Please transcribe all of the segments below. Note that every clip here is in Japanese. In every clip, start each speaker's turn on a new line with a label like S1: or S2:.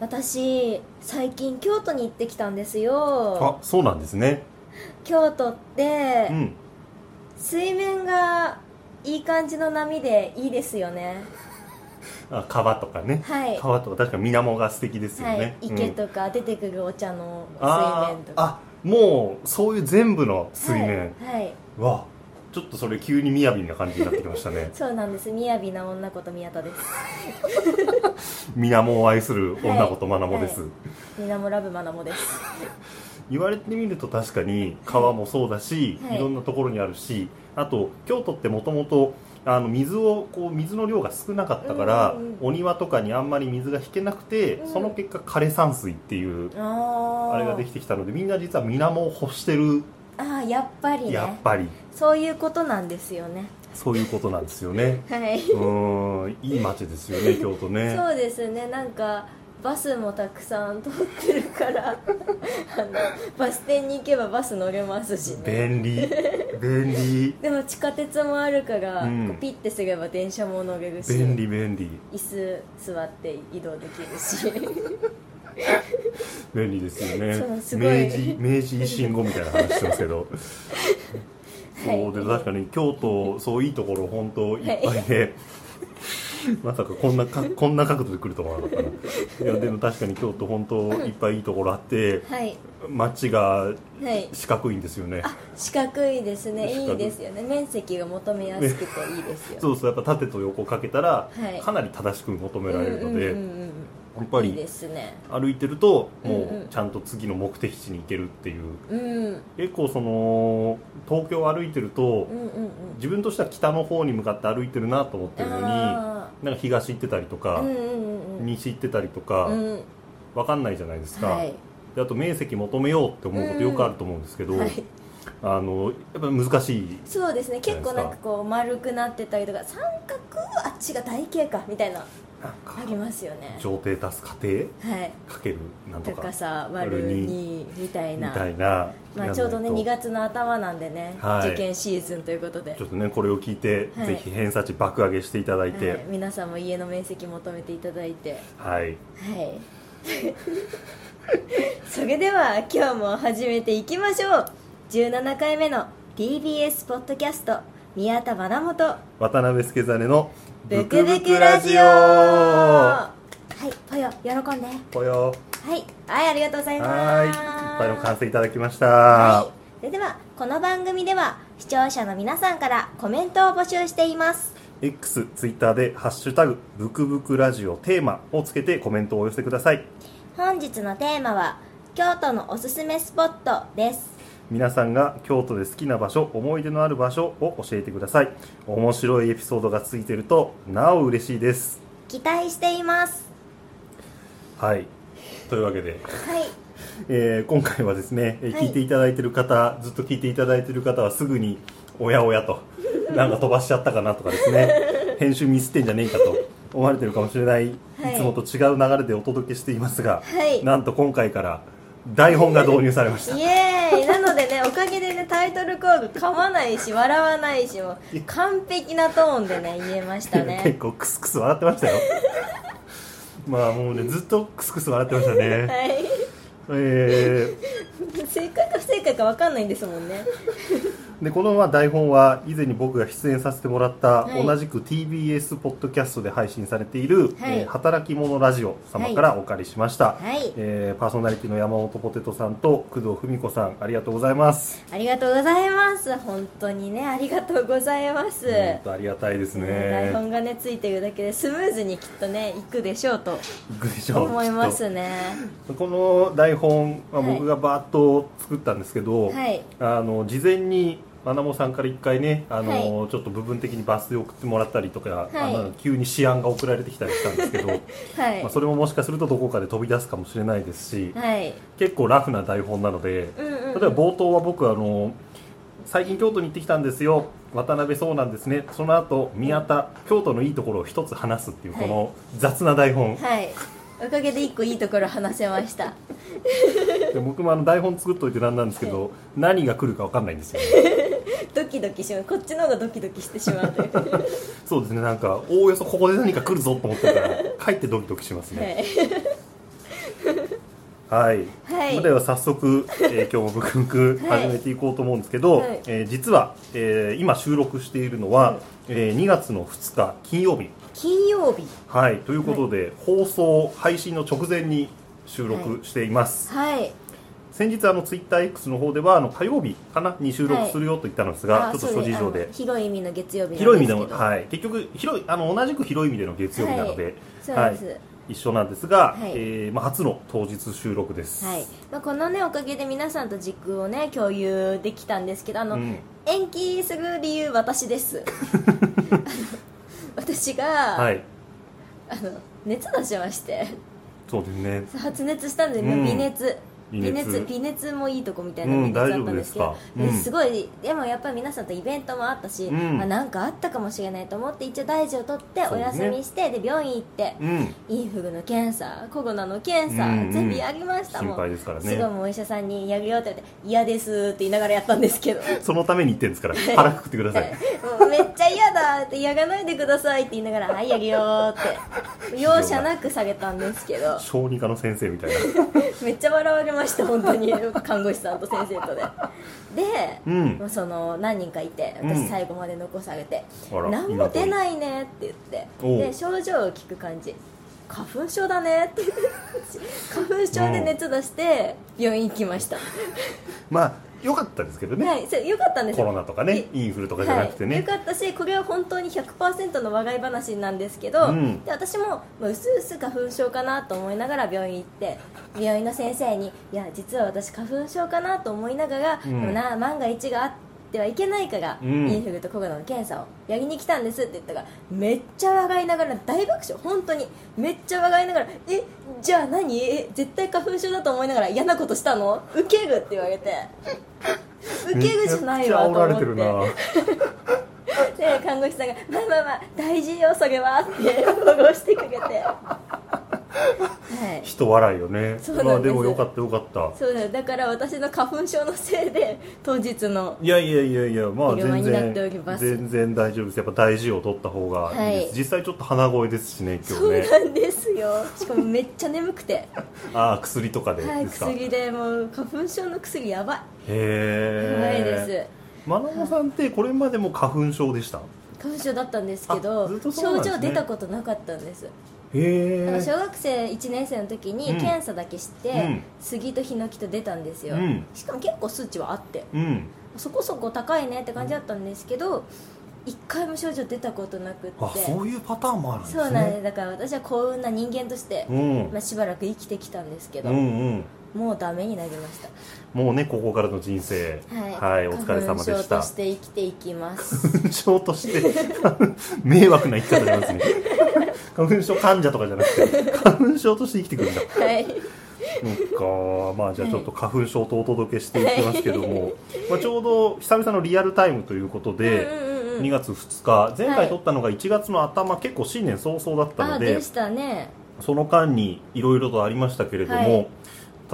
S1: 私最近京都に行ってきたんですよ
S2: あそうなんですね
S1: 京都って、
S2: うん
S1: 水面がいい感じの波でいいですよね
S2: あ川とかね、
S1: はい
S2: 川とか確か水面が素敵ですよ
S1: は
S2: ね、
S1: い池とか出てくるお茶の
S2: うん
S1: 水
S2: あ
S1: 面とか
S2: ーあもうそういう全部の水面
S1: はい、はい
S2: わちょっとそれ急に雅な感じになってきまし たね
S1: そうなんです雅な女こと宮田です
S2: 水面を愛する女子とまなもです、
S1: はいみなもラブマナモです
S2: 言われてみると確かに川もそうだし、
S1: はい
S2: い、ろんなところにあるしあと京都ってもともとあの水をこう水の量が少なかったから、
S1: うんうんうん
S2: お庭とかにあんまり水が引けなくて、
S1: うん
S2: その結果枯山水っていう
S1: あー
S2: あれができてきたのでみんな実は水面を欲してる、
S1: あーやっぱりね
S2: やっぱり
S1: そういうことなんですよね
S2: そういうことなんです よね
S1: はい、
S2: うーんいい街で すよね京都ね
S1: そうですねなんかバスもたくさん通ってるからあのバス停に行けばバス乗れますし、ね、
S2: 便利便 利
S1: でも地下鉄もあるから、
S2: うん
S1: こうピッてすれば電車も乗れるし
S2: 便利便利
S1: 椅子座って移動できるし
S2: 便利ですよ
S1: そう
S2: ね
S1: すごい
S2: 明治明治維新後みたいな話してますけ どそうで確かに京都そういいところ本当いっぱいで、 まさかこんなかこんな角度で来ると思わなかったないやでも確かに京都本当いっぱいいいところあって
S1: はい
S2: 街が
S1: はい
S2: 四角いんですよね
S1: あ四角いですね
S2: 四
S1: い
S2: 角
S1: いですよね面積が求めやすくていいですよ
S2: そうそうやっぱ縦と横かけたら、
S1: はい
S2: かなり正しく求められるので、
S1: うんうん
S2: や
S1: うん
S2: っ
S1: う
S2: ぱ
S1: ん、いい
S2: り
S1: ですね
S2: 歩いてると
S1: うん
S2: も
S1: うん
S2: うちゃんと次の目的地に行けるっていう
S1: うんうん
S2: 結構その東京を歩いてると、
S1: うんうん
S2: 自分としては北の方に向かって歩いてるなと思ってるのになんか
S1: あ
S2: 東行ってたりと
S1: ー
S2: か、
S1: うんうんうん
S2: 西行ってたりとか、
S1: う
S2: わ
S1: ん
S2: かんないじゃないですか、
S1: はい
S2: であと面積求めようって思うことよくあると思うんですけど、
S1: はい
S2: あのやっぱ難しい
S1: そうですね
S2: じゃ
S1: 結
S2: ない
S1: 構な
S2: ですか
S1: んかこう丸くなってたりとか三角あっちが台形かみたいな
S2: なんか
S1: ありますよね
S2: 上帝足す過程
S1: はい
S2: かけるなんとか
S1: 高さ割る
S2: 割る
S1: 2みたい
S2: み
S1: な
S2: たいな、
S1: まあ、ちょうどね
S2: や
S1: 2
S2: らない
S1: 月の頭なんでね、
S2: はい
S1: 受験シーズンということで
S2: とちょっとねこれを聞いて、
S1: はい
S2: ぜひ偏差値爆上げしていただい
S1: はい
S2: て、
S1: 皆さんも家の面積求めていただいては
S2: はい、
S1: いそれでは今日も始めていきましょう17回目の TBS ポッドキャスト宮田花本
S2: 渡辺助真の「
S1: ブクブクラジオはいぽよ喜んで
S2: ぽよ
S1: はいはいありがとうございます
S2: はいいっぱいの完成いただきました、
S1: はいそれではこの番組では視聴者の皆さんからコメントを募集しています
S2: X、ツイッターで「ハッシュタグブクブクラジオテーマ」をつけてコメントをお寄せください
S1: 本日のテーマは京都のおすすめスポットです
S2: 皆さんが京都で好きな場所思い出のある場所を教えてください面白いエピソードがついてるとなお嬉しいです
S1: 期待しています
S2: はいというわけで、
S1: はい
S2: えー今回はですね、えー
S1: はい
S2: 聞いていただいてる方ずっと聞いていただいてる方はすぐにおやおや となんか飛ばしちゃったかなとかですね編集ミスってんじゃねえかと思われてるかもしれない、
S1: はい
S2: いつもと違う流れでお届けしていますが、
S1: はい
S2: なんと今回から台本が導入されました
S1: イエーイなのでねおかげでねタイトルコール噛まないし笑わないしもう完璧なトーンでね言えました
S2: 結
S1: ね
S2: 構クスクス笑ってま したよまあもうねずっとクスクス笑ってましたね
S1: はい
S2: え
S1: 正解か不正解か分かんないんですもんね
S2: ーでこのまま台本は以前に僕が出演させてもらった、
S1: はい
S2: 同じく TBS ポッドキャストで配信されている「
S1: はい
S2: えー働き者ラジオ」様からお借りしました、
S1: はい
S2: えーパーソナリティの山本ポテトさんと工藤文子さんありがとうございます
S1: ありがとうございます本当にねありがとうございます、
S2: 本当ありがたいです
S1: 台
S2: ね
S1: 本がねついてるだけでスムーズにきっとねいくでしょうと
S2: いくでしょう
S1: 思いま
S2: きっ
S1: すね
S2: とこの台本は
S1: はい
S2: 僕がバーッと作ったんですけど、
S1: はい
S2: あの事前にまなもさんから一回ねあの、ちょっと部分的に抜粋を送ってもらったりとか、
S1: い
S2: あの急に試案が送られてきたりしたんですけ ど、
S1: はい、
S2: まあ、それももしかするとどこかで飛び出すかもしれないですし、
S1: はい
S2: 結構ラフな台本なので、
S1: うんうんうん
S2: 例えば冒頭は僕あの最近京都に行ってきたんですよ渡辺そうなんですねその後宮田京都のいいところを一つ話すっていう
S1: はい
S2: この雑な台 本、
S1: はいおかげで一個いいところ話せました
S2: で僕もあの台本作っといてなんなんですけど、何が来るか分かんないんですよね
S1: ドキドキしまうこっちの方がドキドキしてしまうと いうは
S2: そ うですねなんかおおよそここで何か来るぞと思ってたら帰ってドキドキしますね、
S1: い
S2: はい、
S1: はい
S2: では早速、えー、今日も「ブクブク」
S1: はい
S2: 始めていこうと思うんですけど、
S1: はい
S2: えー実は、えー今収録しているのは、えー2月の2日金曜日、
S1: 金曜日
S2: はい、ということで、放送配信の直前に収録しています、
S1: はい
S2: 先日あのツイッター X の方ではあの火曜日かなに収録するよと言ったんですが、
S1: あ
S2: ちょっと
S1: そ
S2: 諸
S1: うです
S2: 事情
S1: あ
S2: で
S1: の広い意味の月曜日なん
S2: 広い意味で
S1: す
S2: も、
S1: けど
S2: はい、結局広いあの同じく広い意味での月曜日なので、
S1: はそうです、
S2: 一緒なんですが、
S1: はい
S2: えーまあ、初の当日収録です、
S1: はいまあ、このねおかげで皆さんと軸をね共有できたんですけどあの、
S2: うん
S1: 延期する理由私です あの私が、
S2: はい、
S1: あの熱出しまして
S2: そうですね
S1: 発熱したんで、ね
S2: うん
S1: 微熱
S2: 微
S1: 微
S2: 熱
S1: 熱微熱もいいとこみたいな
S2: うん
S1: 微熱だったんですけど
S2: 大丈、夫ですかうん
S1: すごいでもやっぱり皆さんとイベントもあったし、
S2: うん
S1: あなんかあったかもしれないと思って一応大事を取って
S2: そ
S1: お
S2: うですね
S1: 休みしてで,、病院行って
S2: うん
S1: インフルの検査コロナの検査、
S2: うんうん
S1: 全部やりました
S2: 心
S1: もん
S2: 配ですから
S1: すごい
S2: ね
S1: もうお医者さんにやるよって言って嫌ですって言いながらやったんですけど
S2: そのために言ってるんですから腹くくってください
S1: もうめっちゃ嫌だってやらないでくださいって言いながらはいやるよって容赦なく下げたんですけど
S2: 小児科の先生みたいな
S1: めっちゃ笑われました本当に 看護師さんと先生とでで、
S2: うん
S1: まあその何人かいて
S2: うん
S1: 私最後まで残されて「
S2: あら
S1: 何も出ないね」って言って
S2: おう
S1: で症状を聞く感じ「花粉症だね」っ て花粉症で熱出して病院行きました、
S2: まあ良かったですけどね、
S1: はいそれよかったんです
S2: コ
S1: よ
S2: ロナとかねインフルとかじゃなくてね、
S1: はい、よかったしこれは本当に100%の笑い話なんですけど、
S2: うん
S1: で私も、まあ、うすうす花粉症かなと思いながら病院行って病院の先生に「いや実は私花粉症かなと思いながら、
S2: うん
S1: でもな万が一があってはいけないから、
S2: うん
S1: インフルとコロナの検査をやりに来たんです」って言ったらめっちゃ笑いながら大爆笑本当にめっちゃ笑いながら「えじゃあ何え絶対花粉症だと思いながら嫌なことしたのウケる」って言われてウケるじゃないわと
S2: めち
S1: 思
S2: ゃくちゃ煽られ
S1: ってて
S2: るな
S1: で看護師さんが「まあまあまあ大事よそれは」って保護してくれてはい
S2: 人笑いよね
S1: そうなんです
S2: まあでも良かった良かった
S1: そうだよだから私の花粉症のせいで当日の
S2: いやいやいやいやまあ
S1: 昼間
S2: 全
S1: になっており
S2: 然
S1: ます
S2: 全然大丈夫ですやっぱ大事を取った方がいいです、
S1: はい
S2: 実際ちょっと鼻声ですしね今
S1: そ
S2: 日
S1: う
S2: ね
S1: なんですよしかもめっちゃ眠くて
S2: ああ薬とかで
S1: はい
S2: ですか、へ
S1: 薬でもう花粉症の薬やばいやばい
S2: え
S1: です
S2: まなもさんってこれまでも花粉症でした
S1: 花粉症だったんですけど
S2: あずっとそうなん
S1: 症
S2: ですね
S1: 状出たことなかったんです
S2: へ
S1: だから
S2: え
S1: 小学生1年生の時に
S2: うん
S1: 検査だけして、
S2: うん
S1: 杉とヒノキと出たんですよ、
S2: うん
S1: しかも結構数値はあって
S2: うん
S1: そこそこ高いねって感じだったんですけど一回も症状出たことなくって
S2: あそういうパターンもあるんですね
S1: そうなんですだから私は幸運な人間として、
S2: うん
S1: まあ、しばらく生きてきたんですけど、
S2: うんうん
S1: もうダメになりました
S2: もうねここからの人生
S1: はい、
S2: お疲れ様で
S1: 花粉
S2: し
S1: 症と
S2: た
S1: して生きていきます
S2: 花粉症として 迷惑な生き方じゃないです ね花粉症患者とかじゃなくて花粉症として生きてくるんだ
S1: はい
S2: そっかまあじゃあちょっと花粉症とお届けしていきますけども、まあ、ちょうど久々のリアルタイムということで、
S1: うんうんうん
S2: 2月2日前回撮ったのが1月の頭、結構新年早々だった
S1: あ
S2: ので
S1: でしたね
S2: その間にいろいろとありましたけれども、
S1: はい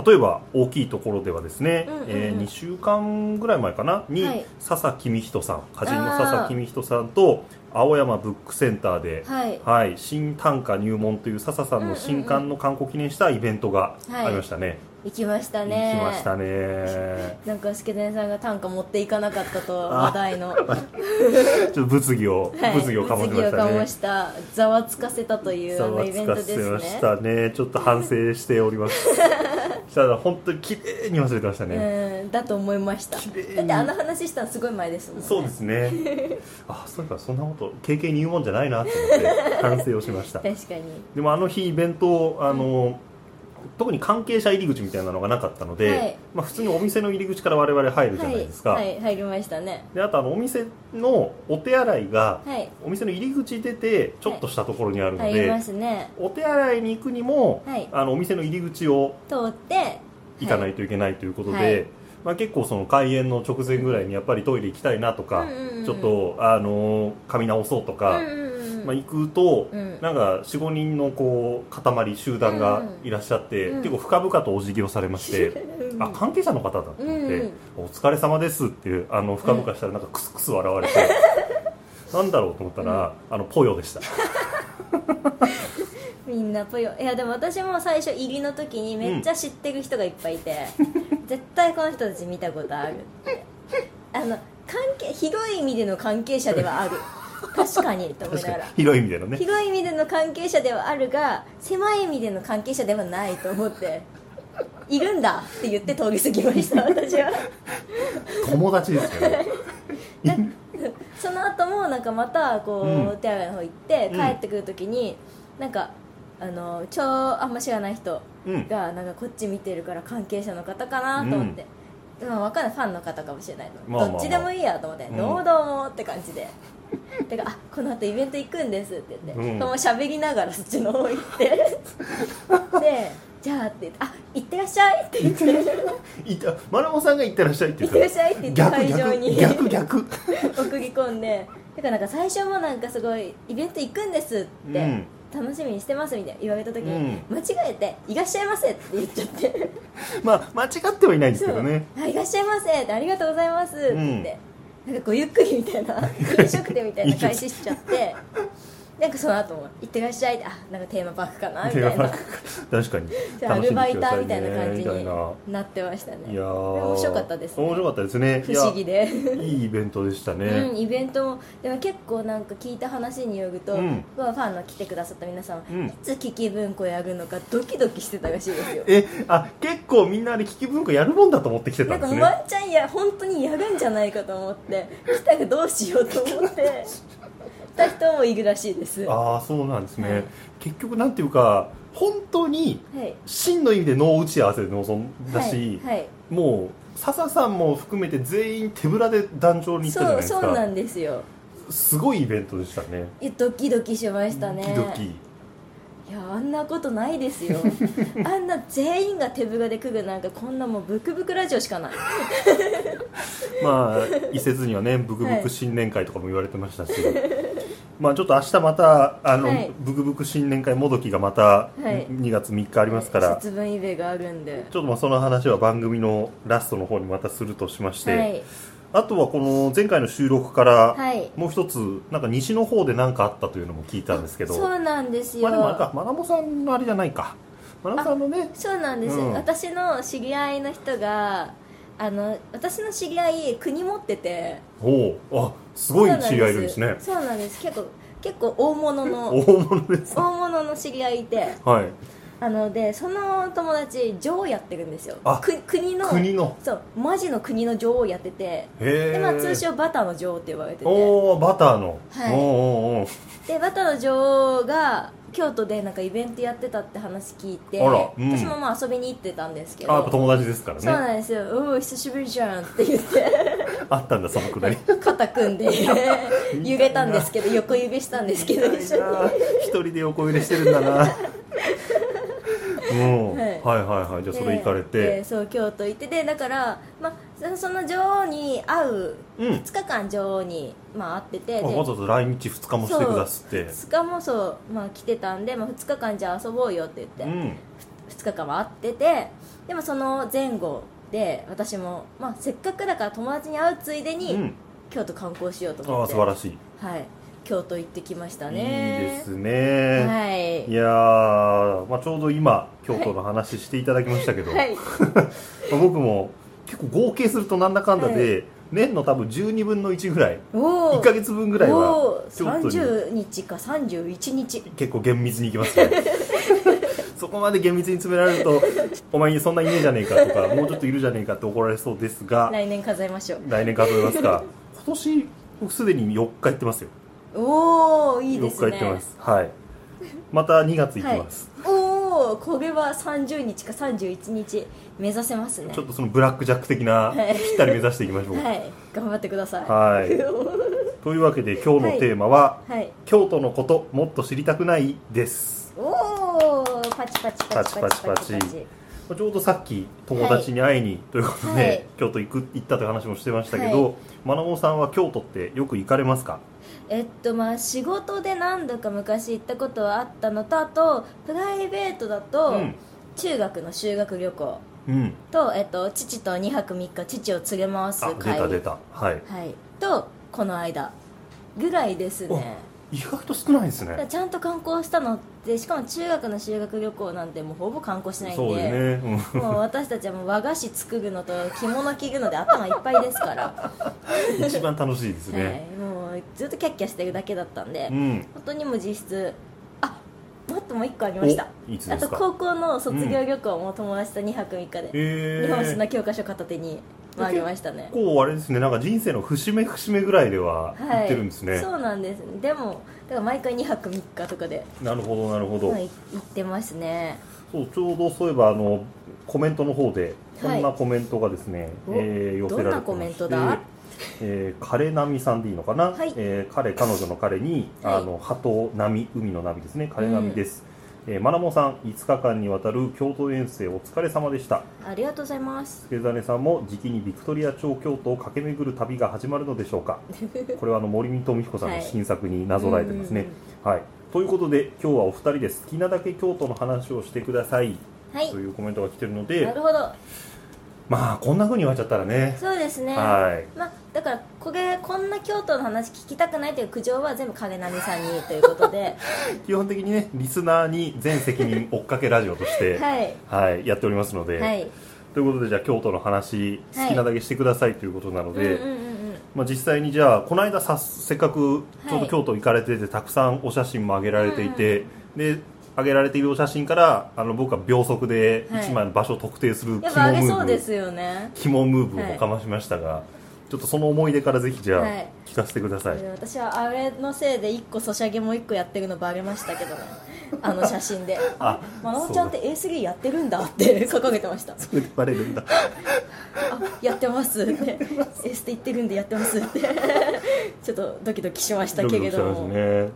S2: 例えば大きいところではですね、
S1: うんうんうん
S2: え2週間ぐらい前かなに、
S1: はい
S2: 笹公人さん歌人の笹公人さんと青山ブックセンターで、
S1: はい
S2: はい、新短歌入門という笹さんの新刊の刊行記念したイベントがありましたね、
S1: 行きました
S2: 行
S1: ね
S2: きましたね
S1: なんか助田さんが短歌持っていかなかったと話題 の、は
S2: ちょっと物議を、
S1: い、
S2: 物議を醸しまし
S1: 物議
S2: た
S1: を
S2: ね
S1: 醸したざわつかせたというあ
S2: ざ
S1: の
S2: わ
S1: イベ
S2: つ
S1: ント
S2: か
S1: で
S2: せ
S1: す
S2: ま
S1: ね
S2: したねちょっと反省しております ただ本当に綺麗に忘れてましたね、
S1: うんだと思いましただ
S2: 綺麗に
S1: ってあの話したのすごい前ですもんね
S2: そうです ねあそういえばそんなこと経験に言うもんじゃないなと思って反省をし ましたで
S1: 確かに
S2: もあの日イベントをあの、特に関係者入り口みたいなのがなかったので、
S1: はい
S2: まあ、普通にお店の入り口から我々入るじゃ
S1: は
S2: ない
S1: い
S2: ですか、
S1: はい入りましたね
S2: であとあのお店のお手洗いが
S1: はい
S2: お店の入り口出てちょっとしたところにあるの
S1: 入
S2: で、
S1: りますね
S2: お手洗いに行くにも、
S1: はい
S2: あのお店の入り口を
S1: 通って
S2: 行かないいといけないということで、
S1: はい
S2: まあ、結構その開園の直前ぐらいにやっぱりトイレ行きたいなとか、
S1: うんうんうん
S2: ちょっと、あのー髪直そうとか、
S1: うんうんうん
S2: まあ、行くと、
S1: うん
S2: なんか45人のこう塊集団がいらっしゃって、
S1: うんうん
S2: 結構深々とお辞儀をされまして、
S1: うん
S2: あ関係者の方だと思って、
S1: うん
S2: お疲れ様ですっていうあの深々したらなんかクスクス笑 われて、なんだろうと思ったら、あのポヨでした
S1: みんなぽよいやでも私も最初入りの時にめっちゃ知ってる人がいっぱいいて、 絶対この人たち見たことあるってあの関係広い意味での関係者ではあ る確かにと思い
S2: 確
S1: な
S2: か
S1: が
S2: に
S1: ら
S2: 広い意味でのね
S1: 広い意味での関係者ではあるが狭い意味での関係者ではないと思っているんだって言って通り過ぎました私は
S2: 友達ですよね
S1: その後もなんかまたこう、
S2: うん
S1: お手洗いの方行って
S2: うん
S1: 帰ってくる時に、なんかあの超あんま知らない人
S2: うん
S1: がなんかこっち見てるから関係者の方かなと思って、まあ、分かんないファンの方かもしれないの、
S2: まあまあま
S1: ど
S2: あ
S1: っちでもいいやと思って「
S2: うん
S1: どうどうも」って感じで。てかあこの後イベント行くんですって言って、
S2: うん
S1: もう喋りながらそっちの方行っ てで「じゃあ」って言って「あ行ってらっしゃい」って言って
S2: いたマラモさんが行ってらっしゃいって言
S1: 行ってらっ
S2: っ
S1: しゃいって言って
S2: た逆
S1: 会場に
S2: 逆逆逆
S1: 送り込んでだからなんか最初もなんかすごいイベント行くんですって、
S2: うん
S1: 楽しみにしてますみたいな言われた時に、間違えて「いらっしゃいませ」って言っちゃっ て
S2: まあ間違ってはいないんです
S1: そ
S2: け
S1: う
S2: どね
S1: あ「いらっしゃいませ」って「ありがとうございます」って言って、なんかごゆっくりみたいな 飲食店みたいな開始しちゃってなんかその後も「行ってらっしゃい」って「あなんかテーマパークかな」みた
S2: 手が
S1: いな
S2: 確かに
S1: じゃあアルバイター
S2: 楽し
S1: み
S2: ん
S1: たい
S2: でくださね
S1: な感じ
S2: みたいな
S1: になってましたね
S2: いやー
S1: 面白かったですね
S2: 面白かったですね
S1: 不思議 で。
S2: いやいいイベントでしたね、
S1: うん、イベントもでも結構なんか聞いた話によると、
S2: うん
S1: まあファンの来てくださった皆さん、
S2: うん
S1: いつキキ文庫やるのかドキドキしてたらしいですよ
S2: えあ結構みんなあれ聞き文化やるもんだと思ってきてた
S1: なん
S2: ん
S1: か
S2: です
S1: もう
S2: ね
S1: ワンちゃんや本当にやるんじゃないかと思って来たらどうしようと思って来た人もいるらしいですは
S2: ああそうなんですね、
S1: はい
S2: 結局なんていうか本当に
S1: い
S2: 真の意味で脳打ち合わせで臨んだし、
S1: はいはい
S2: もう笹さんも含めて全員手ぶらで壇上に行ったじゃない
S1: そう
S2: ですか
S1: そうなんですよ
S2: すごいイベントでしたね
S1: いやドキドキしましたね
S2: ドキドキ
S1: いやあんなことないです よあんな全員が手ぶらで来るなんかこんなもうブクブクラジオしかない
S2: まあ一説にはねブクブク新年会とかも言われてましたし、まあちょっと明日またあの、
S1: はい
S2: ブクブク新年会もどきがまた
S1: い
S2: 2月3日ありますから、ち
S1: 節分イベがあるんで
S2: ょっとまあその話は番組のラストの方にまたするとしまして、
S1: はい
S2: あとはこの前回の収録から
S1: はい
S2: もう一つなんか西の方で何かあったというのも聞いたんですけど
S1: そうなんですよ、
S2: まあでもあれかマナモさんのあれじゃないかマナモさんのね
S1: そうなんです、
S2: うん
S1: 私の知り合いの人があの私の知り合い国持ってて
S2: おおあすごい
S1: そうなん
S2: 知り合いいるんですね
S1: そうなんです結構結構大物
S2: 大
S1: の
S2: 物です
S1: 大物の知り合いいて
S2: はい
S1: あのでその友達女王やってるんですよ
S2: あ
S1: く国の
S2: 国の
S1: そうマジの国の女王やってて
S2: へえ
S1: で、まあ、通称バターの女王って呼ばれてて
S2: おおバターの、
S1: はい
S2: おーおー
S1: でバターの女王が京都でなんかイベントやってたって話聞いて
S2: あらうん
S1: 私もまあ遊びに行ってたんですけ
S2: おーあ
S1: ど
S2: やっぱ友達ですから
S1: そう
S2: ね
S1: なんですよ「おお久しぶりじゃん」って言って
S2: あったんだそのくらい
S1: 肩組ん で揺れたんですけど横揺れしたんですけど一緒に
S2: 一人で横入れしてるんだな うん、
S1: は
S2: はいい、はいはいじゃあそれ行かれ
S1: で
S2: て
S1: で、そう京都行ってでだから、まあ、そその女王に会う
S2: うん
S1: 2日間女王に、まあ、会ってて
S2: まあ
S1: で
S2: わざわざ来日2日もしてくだすって
S1: 2日もそう、まあ、来てたんで、まあ、2日間じゃあ遊ぼうよって言って、
S2: うん
S1: 2日間は会っててでもその前後で私も、まあ、せっかくだから友達に会うついでに、
S2: うん
S1: 京都観光しようと
S2: あ
S1: 思
S2: あ
S1: っ
S2: 素
S1: て
S2: 晴らしい
S1: はい、京都行ってきました
S2: いい
S1: ね
S2: ですね、
S1: はい
S2: い、やー、まあ、ちょうど今京都の話していただきましたけど、
S1: はい
S2: まあ僕も結構合計するとなんだかんだで、年の多分12分の1ぐらい
S1: おお
S2: 1か月分ぐらいは京都に
S1: 30日か31日
S2: 結構厳密にいきますね そこまで厳密に詰められるとお前にそんないねえじゃねえかとかもうちょっといるじゃねえかって怒られそうですが
S1: 来年飾りましょう
S2: 来年数えますか今年僕すでに4日行ってますよ
S1: おおいいです
S2: 4
S1: ね
S2: 日行ってますはいまた2月行きます、
S1: おおこれは30日か31日目指せますね
S2: ちょっとそのブラックジャック的なぴ
S1: はい
S2: ったり目指していきましょう、
S1: はい頑張ってください
S2: はい というわけで今日のテーマは、
S1: はい
S2: 京都のこともっと知りたくないです
S1: おおパチパチパチパチパチパ
S2: パチパチパ
S1: チ
S2: チちょうどさっき友達に会いに、ということで、
S1: はい
S2: 京都行く行ったという話もしてましたけど、
S1: は
S2: まなもさんは京都ってよく行かれますか
S1: えっとまあ仕事で何度か昔行ったことはあったのとあとプライベートだと、
S2: うん
S1: 中学の修学旅行
S2: うん
S1: と、えっと、父と2泊3日父を連れ回す
S2: あ
S1: 会
S2: 出た出たはい
S1: はい、とこの間ぐらいですね
S2: 意外と少ないです
S1: だから
S2: ね
S1: ちゃんと観光したのってしかも中学の修学旅行なんてもうほぼ観光してないんで
S2: そうですね、うん
S1: もう私たちはもう和菓子作るのと着物着るので頭いっぱいですから、
S2: 一番楽しいです
S1: はい
S2: ね、、
S1: もうずっとキャッキャしてるだけだったんで、
S2: うん
S1: 本当にもう実質あもっともう1個ありました
S2: おいつ
S1: あ
S2: です
S1: と
S2: か
S1: 高校の卒業旅行も友達と2泊3日で、
S2: え
S1: 日本史の
S2: ー、
S1: 教科書片手に回りましたね
S2: 結構あれですねなんか人生の節目節目ぐらいでは
S1: は
S2: 行
S1: い
S2: ってるんですね、
S1: そうなんですでもだから毎回2泊3日とかで、
S2: なるほどなるほど、
S1: はい、行ってますね
S2: そうちょうどそういえばあのコメントの方でこ
S1: はい
S2: んなコメントがですね、
S1: お
S2: えー寄せられ
S1: どん
S2: てまして
S1: なコメントだ
S2: えー、彼波さんでいいのかな、
S1: はい
S2: えー彼彼女の彼に、
S1: はい
S2: あの鳩波海の波ですね彼波です、えーマナモさん5日間にわたる京都遠征お疲れ様でした
S1: ありがとうございます
S2: 助真さんも時期にビクトリア朝京都を駆け巡る旅が始まるのでしょう かこれはあの森見智彦さんの新作になぞらえてますね、はい、ということで今日はお二人で好きなだけ京都の話をしてください
S1: はい
S2: というコメントが来てるので、
S1: なるほど
S2: まあこんな風に言われちゃったらね
S1: そうですね
S2: はい
S1: まあ、だからこれこんな京都の話聞きたくないという苦情は全部金波さんにということ で
S2: 基本的にねリスナーに全責任追っかけラジオとして
S1: はい
S2: はい、やっておりますので、
S1: はい
S2: ということでじゃあ京都の話
S1: はい
S2: 好きなだけしてくださいということなの
S1: うんうん
S2: で、
S1: うんうん
S2: まあ、実際にじゃあこの間させっかく
S1: はい
S2: ちょうど京都行かれてて、たくさんお写真も上げられていて、で上げられているお写真からあの僕は秒速で
S1: はい
S2: 1枚の場所を特定する
S1: やっ
S2: 肝
S1: ぱ上
S2: ム
S1: げ
S2: ー
S1: そう
S2: ブを
S1: ですよね
S2: 肝ムーブをかましましたが、ちょっとその思い出からぜひじゃあ
S1: はい
S2: 聞かせてください、
S1: で私はあれのせいで1個ソシャゲも1個やってるのバレました けどねあの写真で
S2: あ
S1: マナオちゃんって A3 やってるんだって 掲げてま した
S2: そうだそれでバレる んだ
S1: あやってますって S って言ってるんでやってますって ちょっとドキドキしました
S2: ド
S1: けれ
S2: キドキし
S1: ど
S2: ます
S1: も、
S2: ね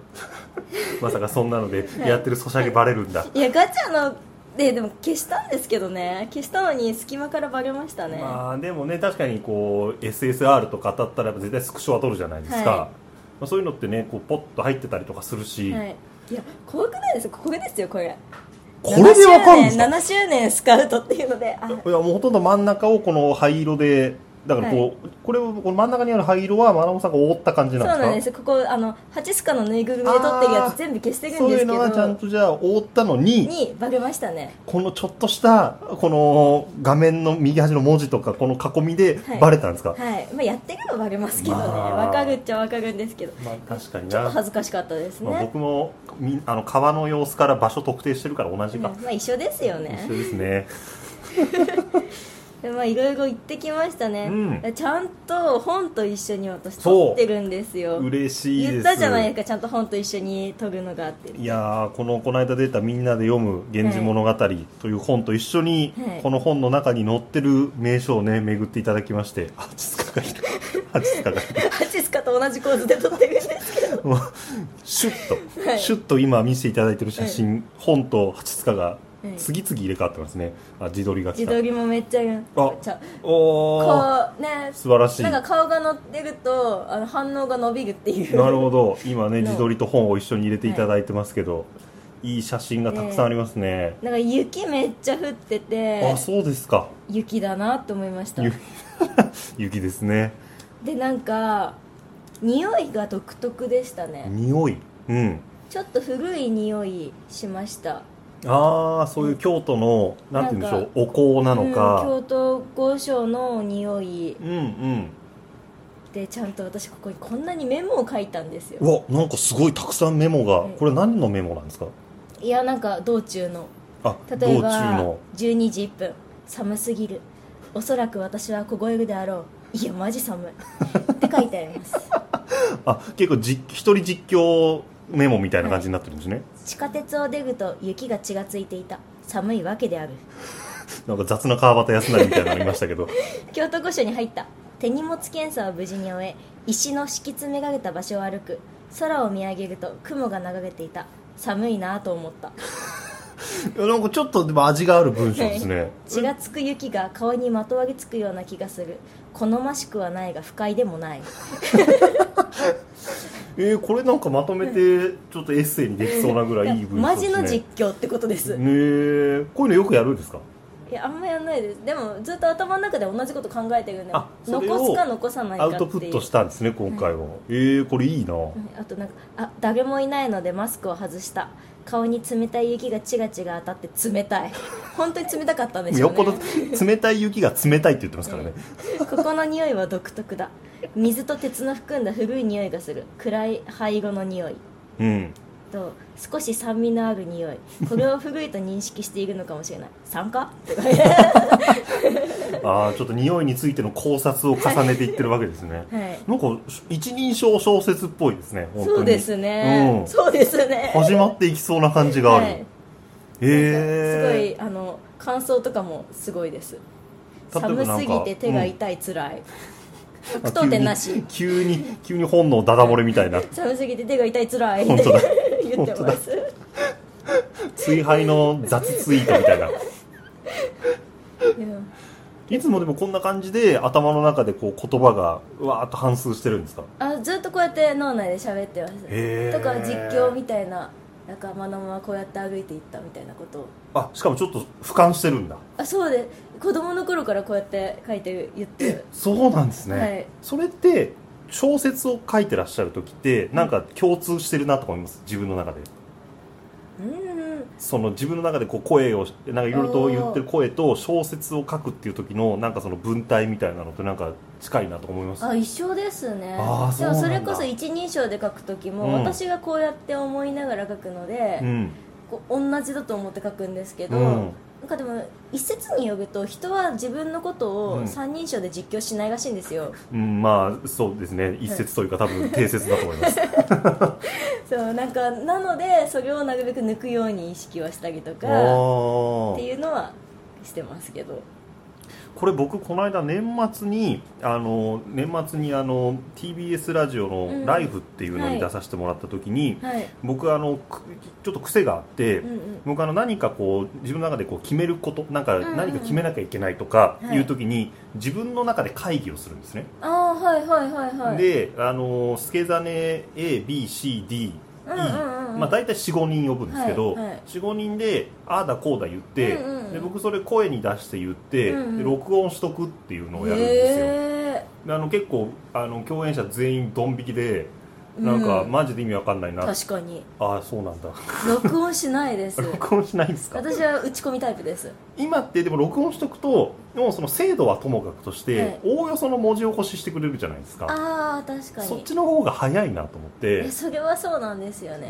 S2: まさかそんなのでやってるソシャゲバレるんだ、
S1: いやガチャのででも消したんですけどね消したのに隙間からバレましたね、
S2: まあでもね確かにこう SSR とか当たったらやっぱ絶対スクショは取るじゃないですか、
S1: はい
S2: まあ、そういうのってねこうポッと入ってたりとかするし、
S1: はい、いや怖くないですかこれですよこれ
S2: これでわかるん
S1: 7
S2: で
S1: 周年
S2: すか
S1: 7周年スカウトっていうのであ
S2: いやもうほとんど真ん中をこの灰色でだからこう、これをこの真ん中にある灰色はマナモさんが覆った感じ
S1: そう
S2: なんですか
S1: なんですここあのハチスカのぬいぐるみで撮ってるや
S2: あ
S1: つ
S2: ー
S1: 全部消してるん
S2: そう
S1: で
S2: い
S1: す
S2: う
S1: け
S2: のはちゃん
S1: ど
S2: とじゃあ覆ったのに
S1: にバレましたね
S2: このちょっとしたこの画面の右端の文字とかこの囲みで
S1: はい
S2: バレたんですか、
S1: はい、まあ、やってればバレますけどね
S2: まあ
S1: わかるっちゃわかるんですけど
S2: まあ、確かに
S1: ちょっと
S2: な、
S1: 恥ずかしかったです
S2: ま
S1: ね、
S2: あ、僕もみあの川の様子から場所特定してるから同じ
S1: うん
S2: か、
S1: まあ一緒ですよね
S2: 一緒ですね
S1: でまあいろいろ行ってきましたね、
S2: う
S1: ちゃんと本と一緒に私
S2: そう
S1: 撮ってるんですよ
S2: 嬉しいです
S1: 言ったじゃないですかちゃんと本と一緒に撮るのがあって
S2: いやーこのこの間出た「みんなで読む源氏物語」という本と一緒に、
S1: はい
S2: この本の中に載ってる名所をね巡っていただきましてあちつかがいるあちつかがいる
S1: ハチスカと同じ構図で撮ってるんですけど
S2: もうシュッと、
S1: はい
S2: シュッと今見せていただいてる写真、本とハチツカが
S1: はい
S2: 次々入れ替わってますねあ自撮りが来
S1: 自
S2: た
S1: 撮りもめっちゃやる
S2: あ
S1: ちゃ
S2: おー
S1: こうね
S2: 素晴らしい
S1: なんか顔が乗ってるとあの反応が伸びるっていう
S2: なるほど今ね
S1: の
S2: 自撮りと本を一緒に入れていただいてますけど、い、い写真がたくさんありますね
S1: なんか雪めっちゃ降ってて
S2: あそうですか
S1: 雪だなと思いました
S2: ゆ雪ですね
S1: でなんか匂いが独特でしたね
S2: 匂いうん
S1: ちょっと古い匂いしました
S2: ああそういう京都のなんて言うんでしょうお香なの
S1: う
S2: か
S1: ん、京都御所の匂い
S2: うん、うん
S1: でちゃんと私ここにこんなにメモを書いたんですよ
S2: うわなんかすごいたくさんメモが、
S1: うん
S2: これ何のメモなんですか
S1: いやなんか道中の
S2: あ
S1: 例え
S2: 道中
S1: ば
S2: の
S1: 12時1分寒すぎるおそらく私は凍えるであろういやマジ寒いって書いてあります
S2: あ結構実一人実況メモみたいな感じになってるんですね、
S1: 地下鉄を出ると雪が血がついていた寒いわけである
S2: なんか雑な川端康成 みたいなのありましたけど
S1: 京都御所に入った手荷物検査を無事に終え石の敷き詰められた場所を歩く空を見上げると雲が流れていた寒いなと思った
S2: いやなんかちょっとでも味がある文章ですね
S1: 血がつく雪が顔にまとわりつくような気がする好ましくはないが不快でもない
S2: えーこれなんかまとめてちょっとエッセイにできそうなぐらいいい文章
S1: マ
S2: です
S1: ジ
S2: ね
S1: の実況ってことです、
S2: ねえこういうのよくやるんですか
S1: いやあんまやんないですでもずっと頭の中で同じこと考えてるんで
S2: あそれを
S1: 残すか残さないか
S2: ア
S1: っていう
S2: ウトプットしたんですね今回は、えー、これいいな、
S1: うんあとなんかあ誰もいないのでマスクを外した顔に冷たい雪がチガチガ当たって冷 たい本当に冷たかったんでしょ
S2: よ
S1: う
S2: っ
S1: ね
S2: ぽど冷たい雪が冷たいって言ってますからね、
S1: ここの匂いは独特だ水と鉄の含んだ古い匂いがする暗い灰色の匂い
S2: うん
S1: と少し酸味のある匂いこれを古いと認識しているのかもしれない酸化とかは
S2: ああちょっと匂いについての考察を重ねていってるわけですね
S1: い
S2: なんか一人称小説っぽいですね本当に
S1: そうですね、
S2: うん
S1: そうですね
S2: 始まっていきそうな感じがある、
S1: はい
S2: え
S1: すごいあの感想とかもすごいです
S2: 例えばなん
S1: 寒
S2: か
S1: すぎて手が痛いつらい格闘点なし
S2: 急に急に急に本能ダダ漏れみたいな
S1: 寒すぎて手が痛いつらい
S2: 本当だ
S1: 言ってます
S2: 追敗の雑ツイートみたいな
S1: うん
S2: いつもでもこんな感じで頭の中でこう言葉がわーっと反数してるんですか
S1: あずっとこうやって脳内で喋ってます
S2: へー
S1: とか実況みたいな仲間のままこうやって歩いていったみたいなことを
S2: あしかもちょっと俯瞰してるんだ
S1: あそうで子供の頃からこうやって書いて言ってる
S2: そうなんですね、
S1: はい
S2: それって小説を書いてらっしゃる時ってなんか共通してるなと思います自分の中で
S1: うん
S2: その自分の中でこう声をなんかいろいろと言ってる声と小説を書くっていう時のなんかその文体みたいなのとなんか近いなと思います
S1: あ一緒ですね
S2: あーそう
S1: で
S2: なん
S1: も
S2: だ
S1: それこそ一人称で書く時も、
S2: うん
S1: 私がこうやって思いながら書くので、
S2: うん
S1: こう同じだと思って書くんですけど、
S2: うん
S1: なんかでも一説によると人は自分のこと
S2: うん
S1: を三人称で実況しないらしいんですよ、
S2: うん、まあそうですね一説というか多分定説だと思います
S1: そうなんかなのでそれをなるべく抜くように意識はしたりと
S2: あ
S1: かっ
S2: ー
S1: ていうのはしてますけど
S2: これ僕この間年末にあの年末にあの TBS ラジオ
S1: うん
S2: の「ライフっていうの
S1: は
S2: に
S1: い
S2: 出させてもらった時に、
S1: はい、
S2: 僕あのくちょっと癖があって、
S1: うんうん、
S2: 僕あの何かこう自分の中でこう決めることなんか
S1: んうん
S2: 何か決めなきゃいけないとか
S1: はい
S2: いう時に、自分の中で会議をするんですね、
S1: ああはいはいはいはい
S2: であのスケザネ ABCD
S1: うんうんうん
S2: まあ、大体45人呼ぶんですけど、
S1: はいはい
S2: 45人でああだこうだ言って、
S1: うんうんうん
S2: で僕それ声に出して言って、
S1: うんうん
S2: で録音しとくっていうのをやるんですよ、
S1: へ
S2: であの結構あの共演者全員ドン引きでなんか、
S1: うん
S2: マジで意味わかんない
S1: ー
S2: なあ
S1: 確かに
S2: あそうなんだ
S1: 録音しないです
S2: 録音しないんですか
S1: 私は打ち込みタイプです
S2: 今ってでも録音しとくともうその精度はともかくとして、
S1: はい
S2: おおよその文字起こししてくれるじゃないですか
S1: ああ確かに
S2: そっちの方が早いなと思っ
S1: え
S2: て
S1: それはそうなんですよ
S2: う
S1: ね、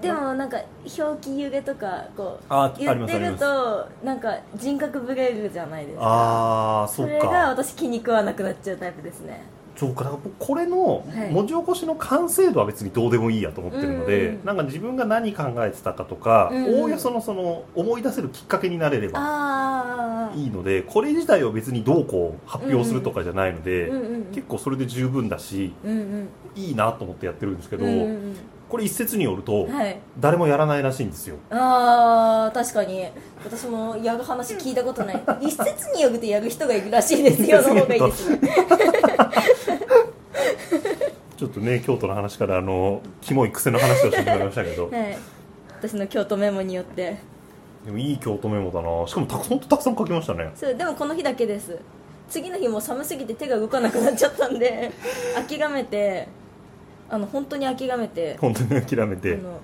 S2: ん
S1: でもなんか表記揺れとかこう
S2: ああり
S1: 言
S2: ま
S1: っ
S2: すあ
S1: て
S2: り
S1: る
S2: ます
S1: となんか人格ブレるじゃないですか
S2: ああそ
S1: そ
S2: っ
S1: れ
S2: か
S1: が私気に食わなくなっちゃうタイプですね
S2: そうかだからこれの
S1: はい
S2: 文字起こしの完成度は別にどうでもいいやと思ってるので、
S1: うんうん
S2: なんか自分が何考えてたかとか
S1: うんうん
S2: おお、よそのその思い出せるきっかけになれれば
S1: ああ
S2: いいのでこれ自体を別にどうこう発表するとかじゃないので、
S1: うんうんうん
S2: 結構それで十分だし
S1: うんうん
S2: いいなと思ってやってるんですけど、
S1: うんうん
S2: これ一説によると
S1: うんはい
S2: 誰もやらないらしいんですよ
S1: あー確かに私もやる話聞いたことない 一説によるとやる人がいるらしいですよの方がいいですね
S2: ちょっとね京都の話からあのキモい癖の話をしてもらいましたけど
S1: はい私の京都メモによって
S2: でもいい京都メモだなしかもたく本当たくさん書きましたね
S1: そうでもこの日だけです次の日もう寒すぎて手が動かなくなっちゃったん で諦めてあの本当に諦めて
S2: 本当に諦め
S1: あ
S2: て
S1: の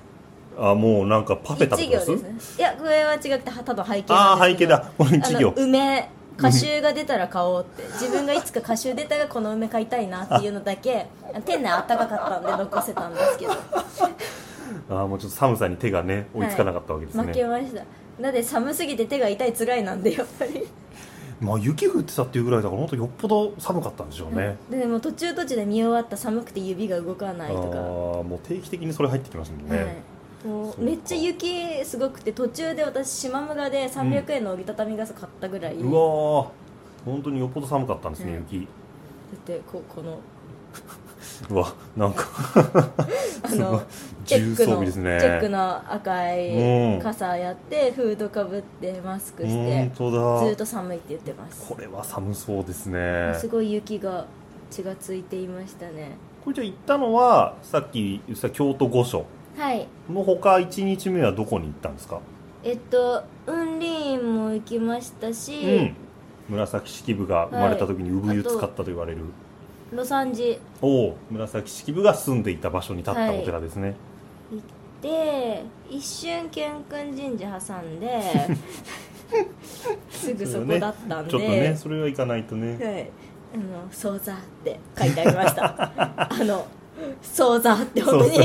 S2: あもうなんかパフェ食べ
S1: 一行
S2: てます
S1: ですねいや上は違くてただ背景
S2: ああ
S1: なんですけ
S2: 背景
S1: ど
S2: だこの一
S1: あ
S2: 行
S1: の梅歌集が出たら買おうって自分がいつか歌集出たらこの梅買いたいなっていうのだけ店内あったかかったんで残せたんですけど
S2: ああもうちょっと寒さに手がね追いつかなかったわけですね、
S1: 負けましただって寒すぎて手が痛い辛いなんでやっぱり
S2: まあ雪降ってたっていうぐらいだから本当よっぽど寒かったんでしょうね、
S1: ででも途中途中で見終わった寒くて指が動か
S2: あ
S1: な
S2: あ
S1: いとか
S2: ーもう定期的にそれ入ってきますもんね、
S1: はい、も
S2: そうう
S1: めっちゃ雪すごくて途中で私島村で300円の折りたたみ傘買ったぐらい、
S2: うわー本当によっぽど寒かったんですね、
S1: うん
S2: 雪
S1: だってこうこの
S2: うわなんか
S1: あ
S2: すごい
S1: のチェック
S2: 重装
S1: の
S2: 備ですね
S1: チェックの赤
S2: うん
S1: い傘やって、フードかぶってマスクして
S2: 本、当
S1: ず
S2: だ
S1: っと寒いって言ってます
S2: これは寒そうですね
S1: すごい雪が血がついていましたね
S2: これじゃあ行ったのはさっき言ってた京都御所
S1: はい
S2: のほか1日目はどこに行ったんですか
S1: えっと雲林院もも行きましたし、
S2: うん紫式部が生まれた時に産湯使ったと言われる、
S1: 魯山寺
S2: おお紫式部が住んでいた場所に建ったお寺ですね、
S1: 行って一瞬健君神社挟んで すぐそこだったんで
S2: ちょっとねそれは行かないとね
S1: はいあの「総座」って書いてありました あの「総座」って本当に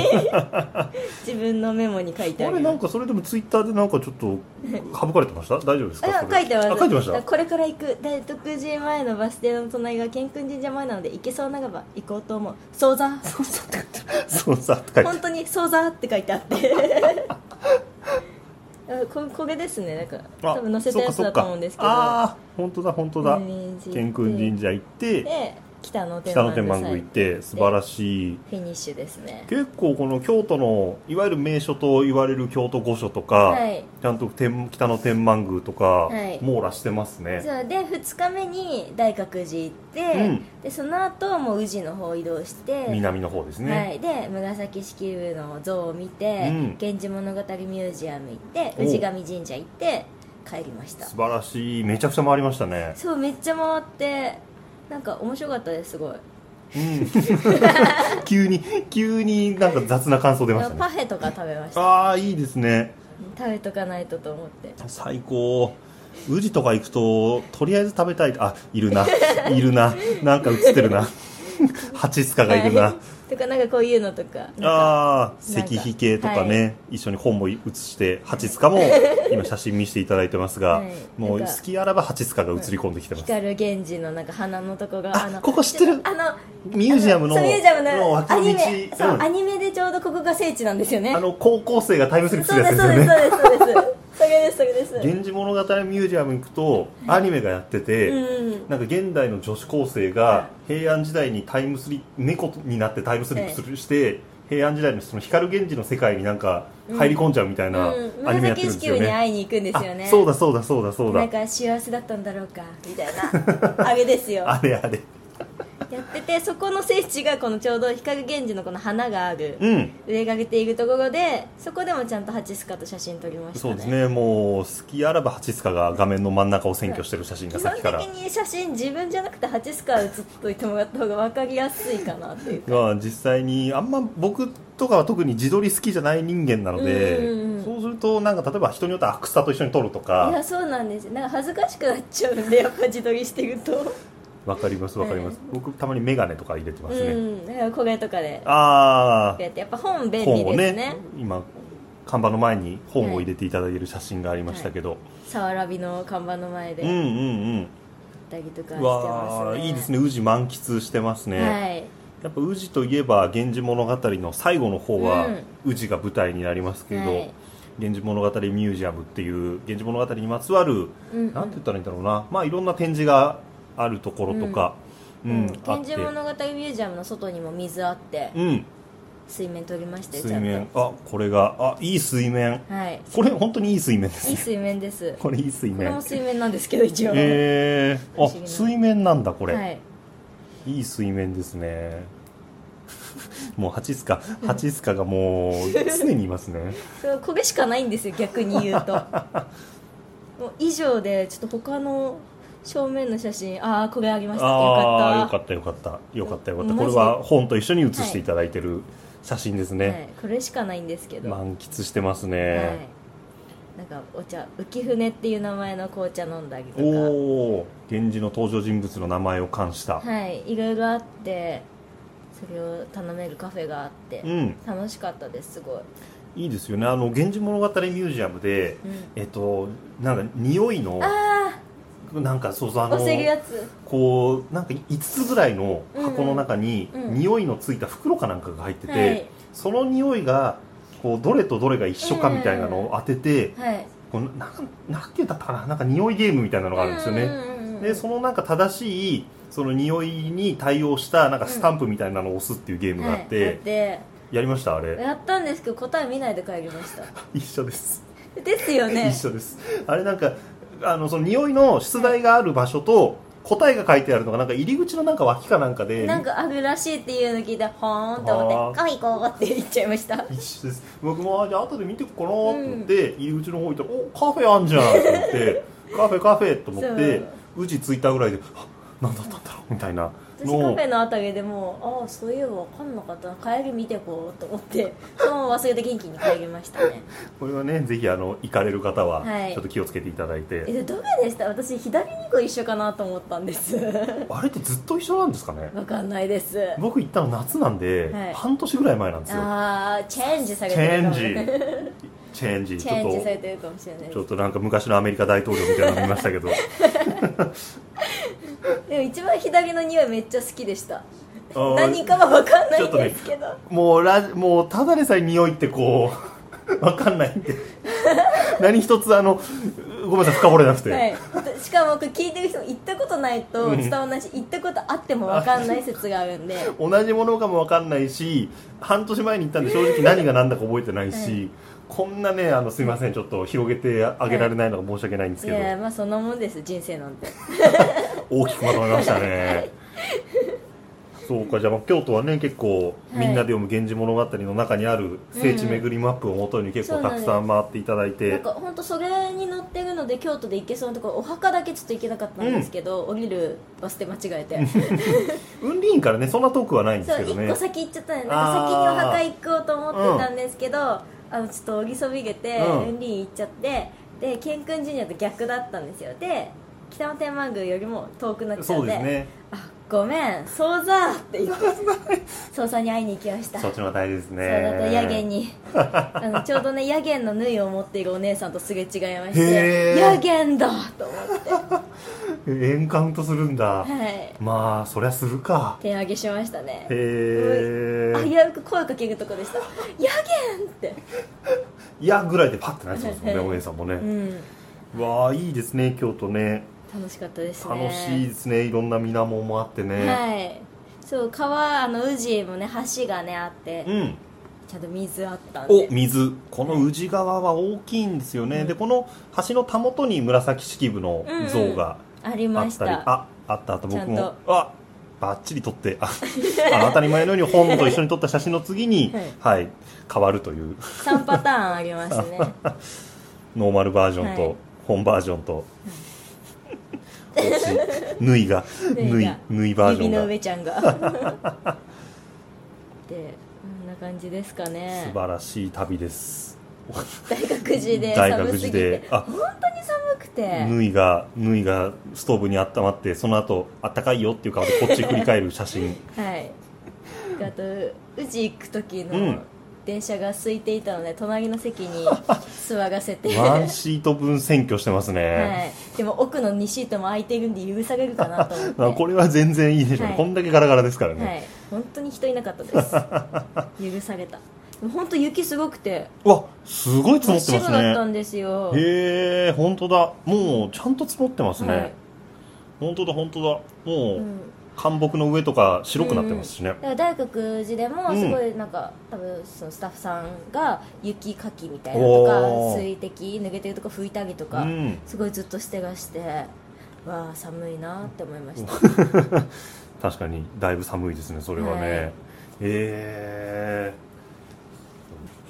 S1: 自分のメモに書いてあ
S2: あ
S1: る
S2: れなんかそれでもツイッターでなんかちょ っと省かれてました大丈夫ですか
S1: あ
S2: それ
S1: 書いてます
S2: あ書いてました
S1: これから行く大徳寺前のバス停の隣が健君神社前なので行けそうならば行こうと思う「総座」
S2: そうさって書いて
S1: 本当に「総座」って書いてあって あここれですねなんか
S2: あ
S1: 多分載せたやつ
S2: そっ
S1: だ
S2: か
S1: と思うんですけど
S2: そっかああ本当だ本当だ
S1: 健
S2: 健君神社行って
S1: で北野天
S2: 北
S1: 満
S2: 野天満宮行って素晴らしい
S1: フィニッシュですね
S2: 結構この京都のいわゆる名所と言われる京都御所とか、
S1: はい
S2: ちゃんと天北の天満宮とか、
S1: はい
S2: 網羅してますね
S1: そうで2日目に大覚寺行って、
S2: うん
S1: でその後もう宇治の方移動して
S2: 南の方ですね、
S1: はい、で紫式部の像を見て、
S2: うん
S1: 源氏物語ミュージアム行って
S2: お
S1: 宇治神神社行って帰りました
S2: 素晴らしいめちゃくちゃ回りましたね
S1: そうめっちゃ回ってなんか面白かったですすごい、
S2: うん急に急になんか雑な感想出ました
S1: パ
S2: ね
S1: フェとか食べました
S2: ああいいですね
S1: 食べとかないとと思って
S2: 最高宇治とか行くととりあえず食べたいあいるないるななんか映ってるな ハチスカがいるな、
S1: はいとかなんかこういうのとかなんか
S2: ああ
S1: なんか
S2: 石碑系とかね、一緒に本も写して蜂塚 も今写真見せていただいてますが、
S1: はい
S2: もう
S1: なんか
S2: 好きあらば蜂塚が写り込んできてます、
S1: 光源氏のなんか花のとこが
S2: あここ知ってる
S1: あの
S2: ミュージアムの
S1: そうミュージアム
S2: の
S1: の
S2: 脇
S1: ア
S2: の道
S1: ニメそう、
S2: うん
S1: アニメでちょうどここが聖地なんですよね
S2: あの高校生がタイムスリップす
S1: そう
S2: る
S1: で
S2: や
S1: す
S2: つで
S1: そう
S2: す
S1: ですそうですそうで
S2: よね
S1: すそれですそれです
S2: 「源氏物語ミュージアム」行くとアニメがやってて、
S1: うん
S2: なんか現代の女子高生が平安時代にタイムスリップ猫になってタイムスリップするして平安時代のその光源氏の世界になんか入り込んじゃうみたい
S1: う
S2: な
S1: ん、
S2: アニメやって
S1: 紫
S2: るんです
S1: 式
S2: よ
S1: 部に
S2: ね、
S1: 会いに行くんですよね
S2: あそうだそうだそうだそうだ
S1: なんか幸せだったんだろうかみたいなあれです よ
S2: あれあれ
S1: やっててそこの聖地がこのちょうど光源氏のこの花がある
S2: うん
S1: 植えかけているところでそこでもちゃんとハチスカと写真撮りましたね
S2: そうですねもう好きあらばハチスカが画面の真ん中を占拠してる写真が
S1: 基
S2: さ
S1: 本
S2: っきから
S1: 的に写真自分じゃなくてハチスカ写っといてもらった方が分かりやすいかなっていう
S2: まあ実際にあんま僕とかは特に自撮り好きじゃない人間なので
S1: うんうんうん
S2: そうするとなんか例えば人によってはアクサと一緒に撮ると
S1: いや
S2: か
S1: そうなんですよなんか恥ずかしくなっちゃうんでやっぱ自撮りしてると
S2: わかりますわかります、僕たまに眼鏡とか入れてま
S1: う
S2: すね、
S1: んだからこれとかで
S2: あ
S1: やってやっぱ本
S2: あ
S1: 便利で
S2: 本を
S1: す
S2: ね
S1: ね
S2: 今看板の前に本を入れていただける写真がありましたけど、
S1: さわらびの看板の前で
S2: うん
S1: 行っ
S2: うん
S1: たりとかしてますね
S2: うんうわーいいですね宇治満喫してますね、
S1: はい
S2: やっぱ宇治といえば「源氏物語」の最後の方は宇治が舞台になりますけれど「
S1: はい
S2: 源氏物語ミュージアム」っていう「源氏物語」にまつわる、
S1: うんうん
S2: なんて言ったらいいんだろうなまあいろんな展示があるところとか、うん
S1: うん
S2: あっ
S1: 源
S2: て
S1: 氏物語ミュージアムの外にも水あって
S2: うん
S1: 水面取りましたよち
S2: 水
S1: ゃん
S2: 面あこれがあいい水面
S1: とはい
S2: これ本当にいい水面です
S1: いい
S2: ね
S1: 水面ですこ
S2: これいい水
S1: れ
S2: 面
S1: も水面なんですけど一応
S2: え
S1: 不思議
S2: ー、あ
S1: な
S2: 水面なんだこれ、
S1: はい
S2: いい水面ですね もうハチスカハチスカがもう常にいますね
S1: そうこれしかないんですよ逆に言う ともう以上でちょっと他の正面の写真ああこれありましたよ
S2: ああ
S1: か
S2: よ
S1: った
S2: かったよかったよかったよかっ
S1: う
S2: た
S1: ん
S2: これ
S1: マジ
S2: は本と一緒に写していただいてる写真です
S1: は
S2: ね、
S1: い、これしかないんですけど、
S2: 満喫してます
S1: は
S2: ね、
S1: い、なんかお茶浮舟っていう名前の紅茶飲んだりと
S2: おおー源氏の登場人物の名前を冠した、
S1: かはいいろいろあってそれを頼めるカフェがあって、
S2: うん
S1: 楽しかったですすごい、
S2: いいですよねあの「源氏物語ミュージアムで」
S1: うん、
S2: えっとなんか匂いの
S1: あ
S2: なんかそうそうあ
S1: あ
S2: の
S1: 押せるやつ
S2: こうなんか5つぐらいの箱の中に
S1: うんうん
S2: 匂いのついた袋かなんかが入ってて、
S1: はい
S2: その匂いがこうどれとどれが一緒かみたいなのを当てて、
S1: はい
S2: こうなんかなんて言ったかななんか匂いゲームみたいなのがあるんですよね、でそのなんか正しいその匂いに対応したなんかスタンプみたいなのを押すっていうゲーム
S1: の
S2: があって、やりましたあれ
S1: やったんですけど答え見ないで帰りました
S2: 一緒です、
S1: ですよね
S2: 一緒ですあれなんかあのその匂いの出題がある場所と答えが書いてあるのがなんか入り口のなんか脇かなんかで
S1: なんかあるらしいっていうの聞いてほーんと思って「カフェ行こう」って言っちゃいました
S2: 一 緒です僕もあじゃあ後で見てこうかなと思って、入り口の方行ったら「おカフェあんじゃん」って言ってカフェカフェと思っ
S1: そ
S2: て
S1: う
S2: 宇治着いたぐらいであ何だったんだろうみたいな
S1: 私カ
S2: の
S1: フ
S2: を
S1: ェのあたりでもうああそういえば分かんなかったな帰り見てこうと思ってそのまま忘れて元気に帰りましたね
S2: これはねぜひあの行かれる方は
S1: はい
S2: ちょっと気をつけていただいて、
S1: えでどれでした私左2個一緒かなと思ったんです
S2: あれってずっと一緒なんですかね
S1: 分かんないです
S2: 僕行ったの夏なんで、
S1: はい
S2: 半年ぐらい前なんですよ
S1: ああチェンジされ
S2: チ
S1: てる
S2: ェ
S1: か
S2: ン
S1: もね
S2: ジチェンジ
S1: チ
S2: ちょ
S1: ェンジ
S2: っ
S1: され
S2: と
S1: てるかもしれないです
S2: ちょっとなんか昔のアメリカ大統領みたいなの見ましたけど
S1: でも一番左の匂いめっちゃ好きでした
S2: あー
S1: 何かは分かんな
S2: ちょ
S1: い
S2: っ
S1: ん
S2: とね
S1: ですけど、
S2: もうラジもうただでさえ匂いってこ うわかんないんで何一つあのごめんなさい深掘れなくて、
S1: はい、しかもこれ聞いてる人も行ったことないと伝わらないし、行ったことあっても分かんない説があるんで
S2: 同じものかもわかんないし半年前に行ったんで正直何が何だか覚えてないし、こんなねあのすいませんちょっと広げてあげられないのが申し訳ないんです
S1: い
S2: けど、
S1: やまあそんなもんです人生なんて
S2: 大きくまとめましたねそうかじゃあまあ京都はね結
S1: は
S2: 構
S1: い
S2: みんなで読む「源氏物語」の中にある聖地巡りマップをもとに結構たくさん回っていただいて、
S1: なんか本当それに乗ってるので京都で行けそうなところお墓だけちょっと行けなかったんですけど、降りるバス停間違えて
S2: 雲林からねそんな遠くはないんです
S1: そう
S2: けど
S1: 一
S2: ね
S1: 個先行っちゃったんでなんか先にお墓行こうと思ってたんですけど、あのちょっとおぎそびげて
S2: うん
S1: 雲林行っちゃってでケン君ジュニアと逆だったんですよで北野天満宮よりも遠くなっちゃ
S2: そ
S1: っ
S2: う
S1: て
S2: ですね
S1: あごめんソーザーって 言ってソーザーに会いに行きました
S2: そっちの方が大事です
S1: そうだった
S2: ね
S1: ヤゲンにあのちょうどねヤゲンの縫いを持っているお姉さんとすれ違いまし
S2: へー
S1: てヤゲンだと思って
S2: えエンカウントするんだ、
S1: はい
S2: まあそりゃするか
S1: 手上げしましたね
S2: へえ
S1: 危うく声かけるとこでした「ヤゲン!」って
S2: いやぐらいでパッてなりそうです もんね
S1: はい
S2: お姉さんも
S1: う
S2: ね、
S1: ん
S2: わあいいですね京都ね
S1: 楽しかったですね
S2: 楽しいですねいろんな水面もあってね、
S1: はいそう川あの宇治もね橋がねあって
S2: うん
S1: ちゃんと水あったん
S2: お
S1: で
S2: 水この宇治川は大きいんですよね、
S1: うん
S2: でこの橋のたもとに紫式部の像が
S1: あり
S2: あ
S1: ま
S2: っ
S1: した
S2: り、
S1: た
S2: ああったあと僕
S1: ちゃ
S2: も
S1: ん
S2: あバッチリ撮ってああの当たり前のように本と一緒に撮った写真の 次に、はい変わるという
S1: 3パターンあります ね
S2: ノーマルバージョン
S1: はい
S2: と本バージョンと、 縫いが縫
S1: 縫い
S2: い
S1: が
S2: 縫いバージョ
S1: 指の
S2: ンが
S1: 上ちゃん がでこんな感じですかね
S2: 素晴らしい旅です
S1: 大学時で
S2: 大
S1: 寒
S2: 学
S1: すぎ
S2: 時
S1: て
S2: であ
S1: 寒くて
S2: 縫いが縫いがストーブに温まってその後あったかいよっていう顔でこっち振り返る写真
S1: はいあとうち行く時
S2: う
S1: の
S2: ん
S1: 電車が空いていたので隣の席に座らせ て
S2: ワ
S1: は
S2: ンシート分占拠してますね、
S1: いでも奥の2シートも空いているんで許されるかなと 思って
S2: あこれは全然いいでしょうね、
S1: はい
S2: こんだけガラガラですからね、
S1: はい本当に人いなかった です許されたでも本当雪すごくて
S2: うわすごい積もって
S1: 真っ白
S2: ます
S1: だった
S2: ね
S1: んですよ
S2: へえ本当だもうちゃんと積もってますね、
S1: はい
S2: 本当だ本当だもう、
S1: うん
S2: 干木の上とか白くなってますしね
S1: だ、から大学時でも
S2: うん
S1: すごいなんか、多分そのスタッフさんが雪かきみたいなと
S2: お
S1: か
S2: ー
S1: 水滴抜けてるとこ拭いたりと
S2: う
S1: か、
S2: ん、
S1: すごいずっとしてがしてわあ寒いなって思いました
S2: 確かにだいぶ寒いですねそれはね、
S1: はい
S2: え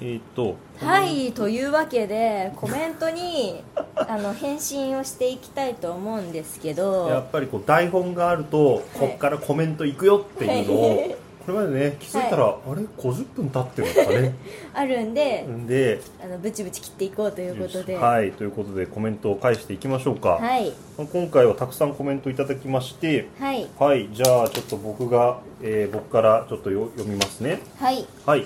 S2: ー、えーっと
S1: はいというわけでコメント にあの返信をしていきたいと思うんですけ
S2: や
S1: ど
S2: っぱりこう台本があるとこっからコメントいくよっていうのを、
S1: はい
S2: これまでね気づいたら、あれ50分経ってる のかね
S1: あるんで
S2: んで
S1: あのブチブチ切っていこうということでは
S2: はいということでコメントを返していきましょうか、
S1: はい
S2: 今回はたくさんコメントいただきまして
S1: はい
S2: はいじゃあちょっと僕が、えー僕からちょっとよ読みますね
S1: はい
S2: はい。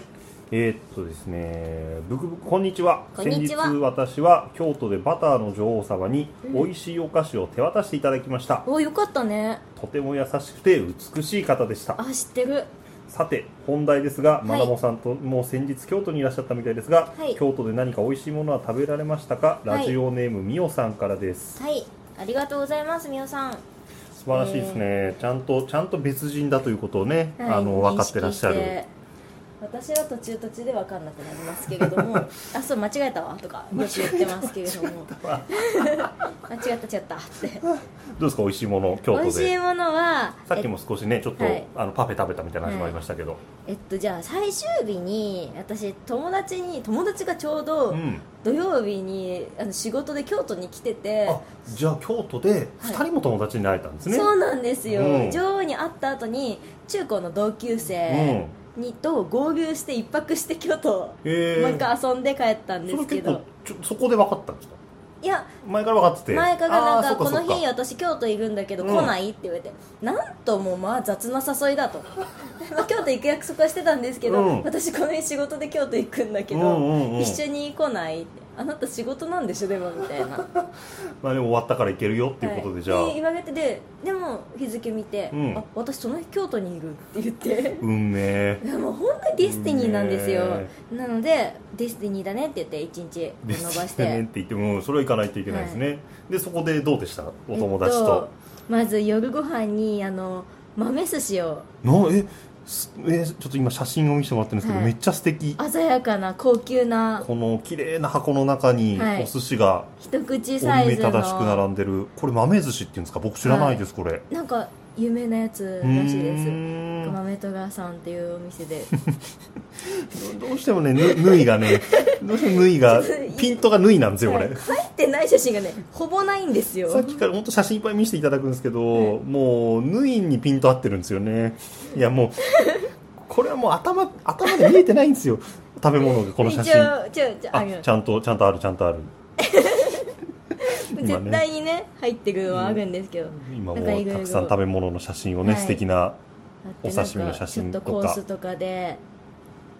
S2: えーっとですね、ブクブクこんにちは。
S1: こんにちは
S2: 先日私は京都でバターの女王様に
S1: うん
S2: 美味しいお菓子を手渡していただきました。
S1: およかったね
S2: とても優しくて美しい方でした。
S1: あ知ってる
S2: さて本題ですが、
S1: い
S2: マダモさんともう先日京都にいらっしゃったみたいですが、
S1: はい
S2: 京都で何か美味しいものは食べられましたか？
S1: はい
S2: ラジオネームみおさんからです。
S1: はいありがとうございますみおさん
S2: 素晴らしいですね。ちゃんとちゃんと別人だということをね、
S1: はい
S2: あの分かってらっしゃ
S1: 認
S2: る
S1: 識。私は途中途中で分かんなくなりますけれど もあそう間違えたわとかよく言ってますけれども 間違った違ったって
S2: どうですか美味しいもの京
S1: 美
S2: 都
S1: 味しい
S2: で
S1: ものは
S2: さっきも少しねちょっと、
S1: はい
S2: あのパフェ食べたみたいな話もありましたけど、
S1: えっとじゃあ最終日に私友達に友達がちょうど
S2: うん
S1: 土曜日にあの仕事で京都に来てて
S2: あじゃあ京都で
S1: はい
S2: 2人も友達になれたんですね、
S1: そうなんですよ、
S2: うん
S1: 女王に会った後に中高の同級
S2: うん
S1: 生にと合流して一泊して京都、
S2: えー
S1: もう一回遊んで帰ったんで
S2: それ
S1: すけ
S2: 結
S1: ど
S2: 構ちょそこで分かったんですか
S1: いや
S2: 前から分かってて
S1: 前からなん
S2: あー
S1: か
S2: そっか
S1: この
S2: そっ
S1: 日
S2: か
S1: 私京都行くんだけど
S2: う
S1: 来
S2: ん
S1: ないって言われて、なんともまあ雑な誘い だとまあ京都行く約束はしてたんですけど、
S2: うん
S1: 私この日仕事で京都行くんだけど、
S2: うんうんうん
S1: 一緒に来ないってあなた仕事なんでしょでもみたい なっ
S2: まあでも終わったから行けるよっていうことでじゃあ、
S1: 言われてででも日付見て、
S2: うん
S1: あ私その日京都にいるって言って
S2: 運命
S1: いやもう本当にディスティニーなんですよ、
S2: ね
S1: なのでディスティニーだねって言って1日
S2: で
S1: 伸ばし
S2: す
S1: て、
S2: ねって言ってもうんそれは行かないといけないですね、でそこでどうでしたお友達と、
S1: えっと、まず夜ご飯にあの豆寿司を
S2: なえすえちょっと今写真を見せてもらってるんですけど、
S1: はい
S2: めっちゃ素敵
S1: 鮮やかな高級な
S2: この綺麗な箱の中に
S1: はい
S2: お寿司が
S1: 一口サ
S2: 折
S1: イ
S2: り
S1: ズ
S2: 目
S1: の
S2: 正しく並んでる、これ豆寿司っていうんですか僕知らないです、これ
S1: なんか有名なやつらしいです
S2: うーん
S1: 豆とがさんっていうお店で
S2: どどうしてもねぬ縫いが ねどうしても縫いがピントが縫いなんですよこれ、
S1: はい入ってない写真がねほぼないんですよ
S2: さっきから本当写真いっぱい見せていただくんですけど、
S1: はい
S2: もう縫いにピント合ってるんですよねいやもうこれはもう頭頭で見えてないんですよ食べ物がこの写真
S1: 一応ちょちょあ
S2: あ
S1: の
S2: ちゃんとちゃんとあるちゃんとある今ね
S1: 絶対にね入ってくるのはあるんですけど、
S2: 今も
S1: なんか
S2: う
S1: いろいろ
S2: たくさん食べ物の写真をね、
S1: はい
S2: 素敵な
S1: だってなんか
S2: お刺身の写真とか
S1: ちょっとコースとかで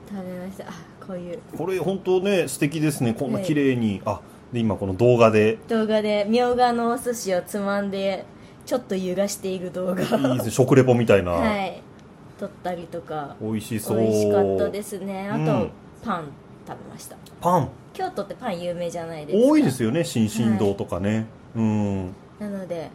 S1: 食べましたあこういう
S2: これ本当ね素敵ですねこんな綺麗に、あで今この動 画で
S1: 動画でみょうがのお寿司をつまんでちょっと揺らしている動画
S2: いいですね食レポみたいな、
S1: はい撮ったりとか
S2: 美味しそう
S1: 美味しかったですねあと、
S2: うん
S1: パン食べました
S2: パン
S1: 京都ってパン有名じゃないですか
S2: 多いですよね新進堂とかね、うん
S1: なので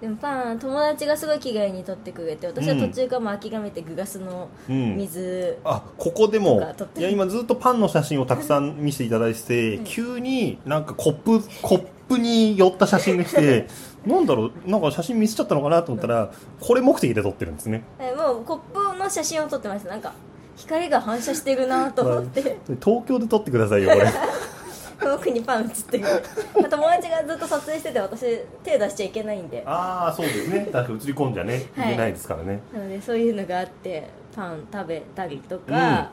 S1: でもパン友達がすごい気概に取ってくれて私は途中からもう諦めてグラスの
S2: うん
S1: 水、
S2: あここで
S1: とか
S2: も
S1: 撮って
S2: いや今ずっとパンの写真をたくさん見せていただいてて、急になんかコップコップに寄った写真が 来てなんだろうなんか写真見せちゃったのかなと思ったらこれ目的で撮ってるんですね
S1: えもうコップの写真を撮ってましたなんか光が反射してるなと思って
S2: 東京で撮ってくださいよ これ
S1: 奥にパン写ってるまた友達がずっと撮影してて私手出しちゃいけないんで
S2: ああそうですねだって映り込んじゃね
S1: はい
S2: いけないですからね、
S1: なのでそういうのがあってパン食べたりとか、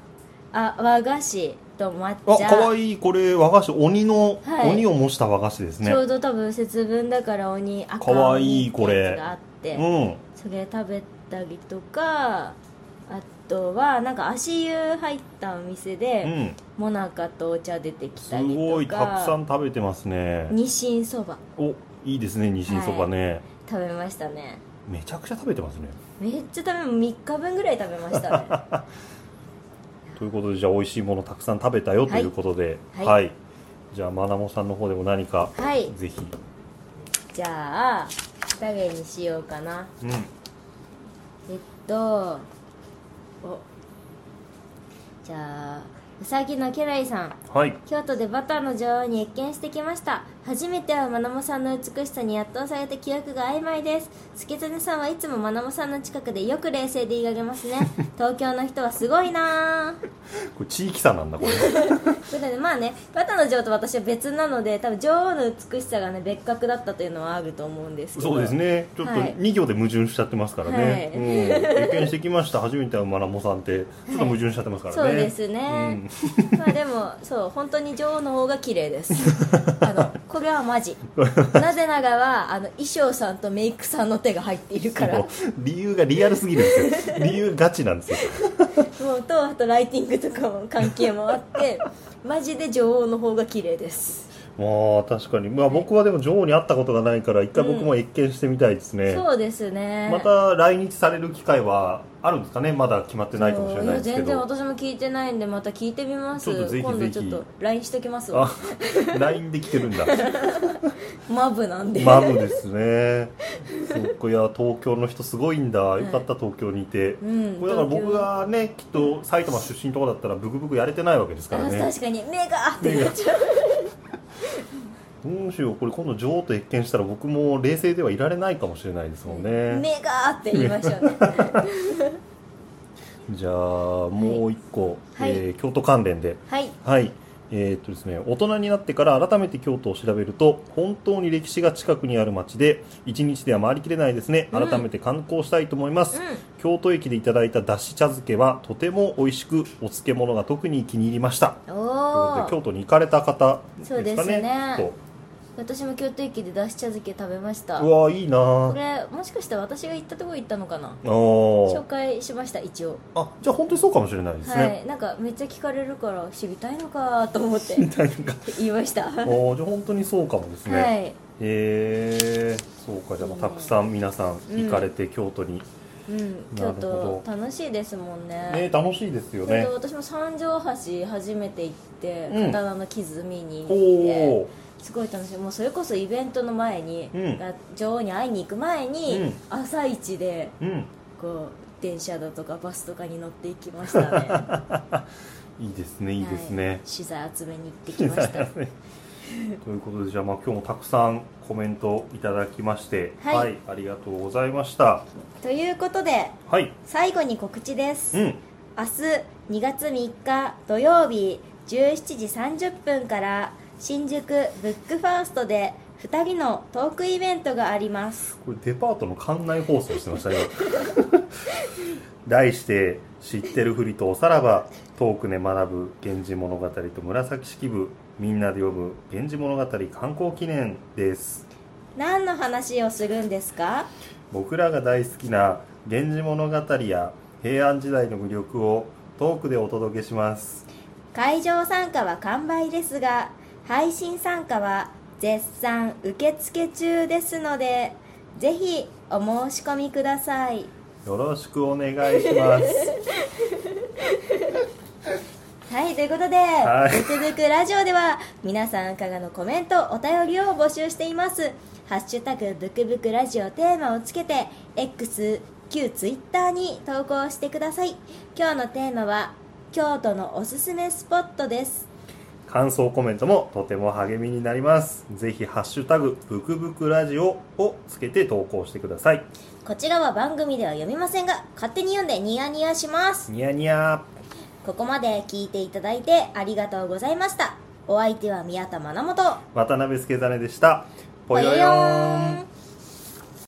S1: あ和菓子と抹茶
S2: あかわいいこれ和菓子鬼の、
S1: はい
S2: 鬼を模した和菓子ですね
S1: ちょうど多分節分だから鬼赤
S2: かわいい
S1: 鬼ってやつがあって、
S2: うん
S1: それ食べたりとかあとはなんか足湯入ったお店
S2: う
S1: で、
S2: ん
S1: もなかとお茶出てき
S2: す
S1: たりとか
S2: ごいたくさん食べてますね
S1: 日清そば
S2: おいいですねニシンそばね、
S1: 食べましたね
S2: めちゃくちゃ食べてますね
S1: めっちゃ食べ3日分ぐらい食べました ね
S2: ということでじゃあ美味しいものたくさん食べたよということでは、
S1: はいい
S2: じゃあまなもさんの方でも何か、
S1: はい
S2: ぜひ、
S1: じゃあ誰にしようかな
S2: うん、
S1: えっとおじゃあうさぎの家来さん
S2: はい
S1: 京都でバターの女王に謁見してきました初めてはまなもさんの美しさに圧倒されて記憶が曖昧です助谷さんはいつもまなもさんの近くでよく冷静でいられ ますね東京の人はすごいなぁ
S2: これ地域差なんだ これ
S1: ということでまあねバターの女王と私は別なので多分女王の美しさがね別格だったというのはあると思うんですけど
S2: そうですねちょっと
S1: はい
S2: 2行で矛盾しちゃってますからね、
S1: はい
S2: うん経験してきました初めてはまなもさんってちょっと矛盾しちゃってますからね、
S1: そうですね、まあでもそう本当に女王の方が綺麗です あのこれはマジなぜならばあの衣装さんとメイクさんの手が入っているから
S2: も
S1: も
S2: う理由がリアルすぎるんで すよ理由ガチなんですよ
S1: う とあとライティングとかも関係もあってマジで女王の方が綺麗です
S2: まあ確かに、まあ、僕はでも女王に会ったことがないから一回僕も謁見してみたいですね、
S1: そうですね
S2: また来日される機会はあるんですかねまだ決まってないかもしれないです
S1: や
S2: け
S1: 全然
S2: ど
S1: 私も聞いてないんでまた聞いてみます
S2: ちょっとぜひ
S1: 今度ちょっ
S2: ぜ
S1: と
S2: ひ
S1: LINE しときますわ
S2: あ LINE で来てるんだ
S1: マブなんで、
S2: マムですねそっかいや東京の人すごいんだよかった東京にいて、
S1: うん
S2: これだから僕
S1: 東
S2: がねきっと埼玉出身とかだったらブクブクやれてないわけですから
S1: 京あ
S2: ね
S1: 確かに目がーってなっちゃう
S2: どうしようこれ今度女王と謁見したら僕も冷静ではいられないかもしれないですもんね、
S1: 目がーって言いましょうね
S2: じゃあもう一個、
S1: はい
S2: えー京都関連で
S1: はい
S2: はい、えーっとですね、大人になってから改めて京都を調べると本当に歴史が近くにある町で一日では回りきれないですね
S1: うん
S2: 改めて観光したいと思います、
S1: うん
S2: 京都駅でいただいただし茶漬けはとても美味しくお漬物が特に気に入りましたということ
S1: お
S2: で
S1: ー
S2: 京都に行かれた方です
S1: そ
S2: か
S1: う
S2: ね
S1: ですね
S2: と
S1: 私も京都駅でだし茶漬け食べました
S2: うわーいいな
S1: こ
S2: ー
S1: れもしかして私が行ったとこ行ったのかな
S2: あー
S1: 紹介しました一応
S2: あじゃあ本当にそうかもしれないです
S1: は
S2: ね、
S1: いなんかめっちゃ聞かれるから知りたいのかと思って
S2: み たいな
S1: 言いました
S2: あ
S1: は
S2: ーじゃあ本当にそうかもですね、
S1: い
S2: へえそうかじゃあまあたくさん皆さん行かれて京都に、
S1: うん
S2: な
S1: 京
S2: るほど
S1: 都楽しいですもん
S2: ね
S1: ね
S2: 楽しいですよ
S1: それ
S2: ね
S1: で私も三条橋初めて行って
S2: うん
S1: 刀の傷見に行
S2: お
S1: って
S2: お
S1: すごい楽しいもうそれこそイベントの前に
S2: うん
S1: 女王に会いに行く前
S2: う
S1: に
S2: ん
S1: 朝一で
S2: うん
S1: こう電車だとかバスとかに乗っていきましたね
S2: いいです ねいいです
S1: はい
S2: ね、
S1: 資材集めに行ってきました
S2: ということでじゃあまあ今日もたくさんコメントいただきまして
S1: はい
S2: ありがとうございました
S1: ということで
S2: はい
S1: 最後に告知です
S2: うん
S1: 明日2月3日土曜日17時30分から新宿ブックファーストで2人のトークイベントがあります
S2: これデパートの館内放送してましたよ 題して「知ってるふりとおさらば」「トークで学ぶ源氏物語と紫式部」「みんなで読む源氏物語観光記念」です
S1: 何の話をするんですか
S2: 僕らが大好きな「源氏物語」や平安時代の魅力をトークでお届けします
S1: 会場参加は完売ですが配信参加は絶賛受付中ですのでぜひお申し込みください
S2: よろしくお願いします
S1: はいということで
S2: は
S1: 「
S2: い
S1: ぶつぶくラジオ」では皆さんからのコメントお便りを募集しています「ハッシュタグぶくぶくラジオ」テーマをつけて X 旧 Twitter に投稿してください今日のテーマは「京都のおすすめスポット」です
S2: 感想コメントもとても励みになりますぜひハッシュタグブクブクラジオ」をつけて投稿してください
S1: こちらは番組では読みませんが勝手に読んでニヤニヤします
S2: ニヤニヤ
S1: ここまで聞いていただいてありがとうございましたお相手は宮田真奈本
S2: 渡辺助真でしたぽよよーん